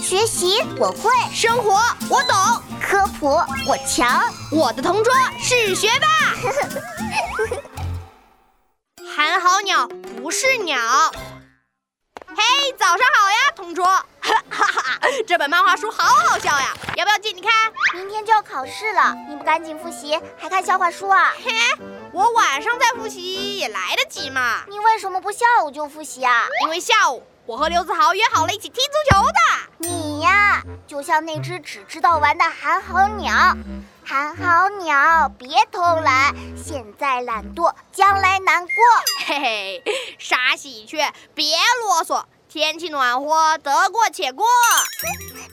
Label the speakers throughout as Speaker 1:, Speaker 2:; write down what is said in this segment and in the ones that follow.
Speaker 1: 学习我会，
Speaker 2: 生活我懂，
Speaker 1: 科普我强。
Speaker 2: 我的同桌是学霸。寒号鸟不是鸟。嘿，早上好呀，同桌。 哈哈，这本漫画书好好笑呀，要不要借你看？
Speaker 1: 明天就要考试了，你不赶紧复习，还看笑话书啊？
Speaker 2: 嘿，我晚上再复习也来得及嘛。
Speaker 1: 你为什么不下午就复习啊？
Speaker 2: 因为下午我和刘子豪约好了一起踢足球的。
Speaker 1: 你呀，就像那只只知道玩的寒号鸟。寒号鸟，别偷懒，现在懒惰，将来难过。
Speaker 2: 嘿嘿，傻喜鹊，别啰嗦，天气暖和，得过且过。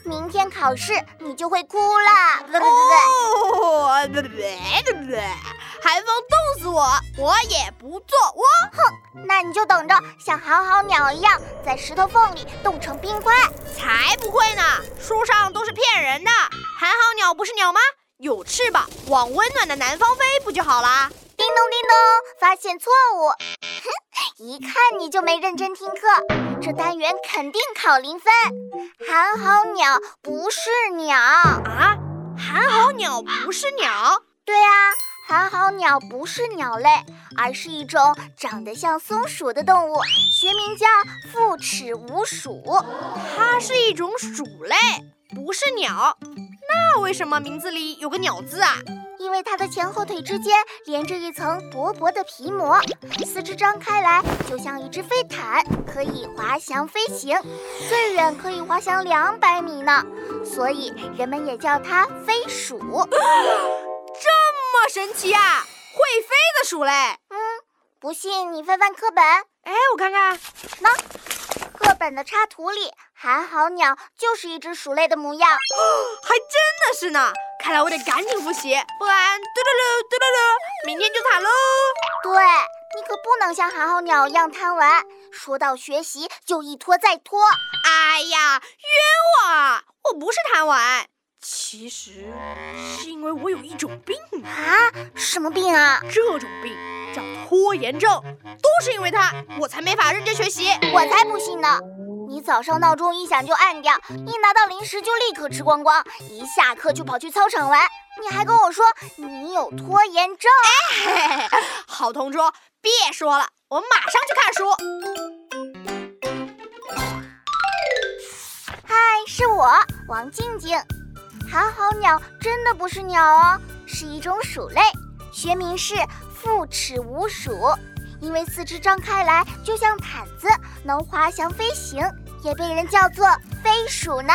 Speaker 1: 明天考试你就会哭啦。对对对
Speaker 2: 哦，对对对对，寒风冻死我，我也不做窝。
Speaker 1: 对，那你就等着像寒号鸟一样，在石头缝里冻成冰块。
Speaker 2: 才不会呢，书上都是骗人的。寒号鸟不是鸟吗？有翅膀，往温暖的南方飞不就好啦？
Speaker 1: 叮咚叮咚，发现错误。 哼，一看你就没认真听课，这单元肯定考零分。寒号鸟不是鸟。
Speaker 2: 啊，寒号鸟不是鸟？
Speaker 1: 对啊，寒号鸟不是鸟类，而是一种长得像松鼠的动物，学名叫腹齿无鼠。
Speaker 2: 它是一种鼠类，不是鸟。那为什么名字里有个鸟字啊？
Speaker 1: 因为它的前后腿之间连着一层薄薄的皮膜，四肢张开来就像一只飞毯，可以滑翔飞行，最远可以滑翔两百米呢，所以人们也叫它飞鼠。
Speaker 2: 这么神奇啊！会飞的鼠类。哎，
Speaker 1: 不信你翻翻课本，
Speaker 2: 我看看，
Speaker 1: 课本的插图里，寒号鸟就是一只鼠类的模样。
Speaker 2: 还真的是呢。看来我得赶紧复习，不然嘟噜噜嘟噜噜，明天就惨喽。
Speaker 1: 对，你可不能像寒号鸟一样贪玩，说到学习就一拖再拖。
Speaker 2: 哎呀，冤枉啊！我不是贪玩，其实是因为我有一种病，
Speaker 1: 啊，什么病啊？
Speaker 2: 这种病叫拖延症，都是因为它，我才没法认真学习。
Speaker 1: 我才不信呢！你早上闹钟一响就按掉，一拿到零食就立刻吃光光，一下课就跑去操场玩，你还跟我说你有拖延症？
Speaker 2: 嘿嘿嘿，好同桌，别说了，我马上去看书。
Speaker 1: 嗨，是我王静静。寒号鸟真的不是鸟哦，是一种鼠类，学名是腹齿无鼠。因为四肢张开来就像毯子，能滑翔飞行，也被人叫做飞鼠呢。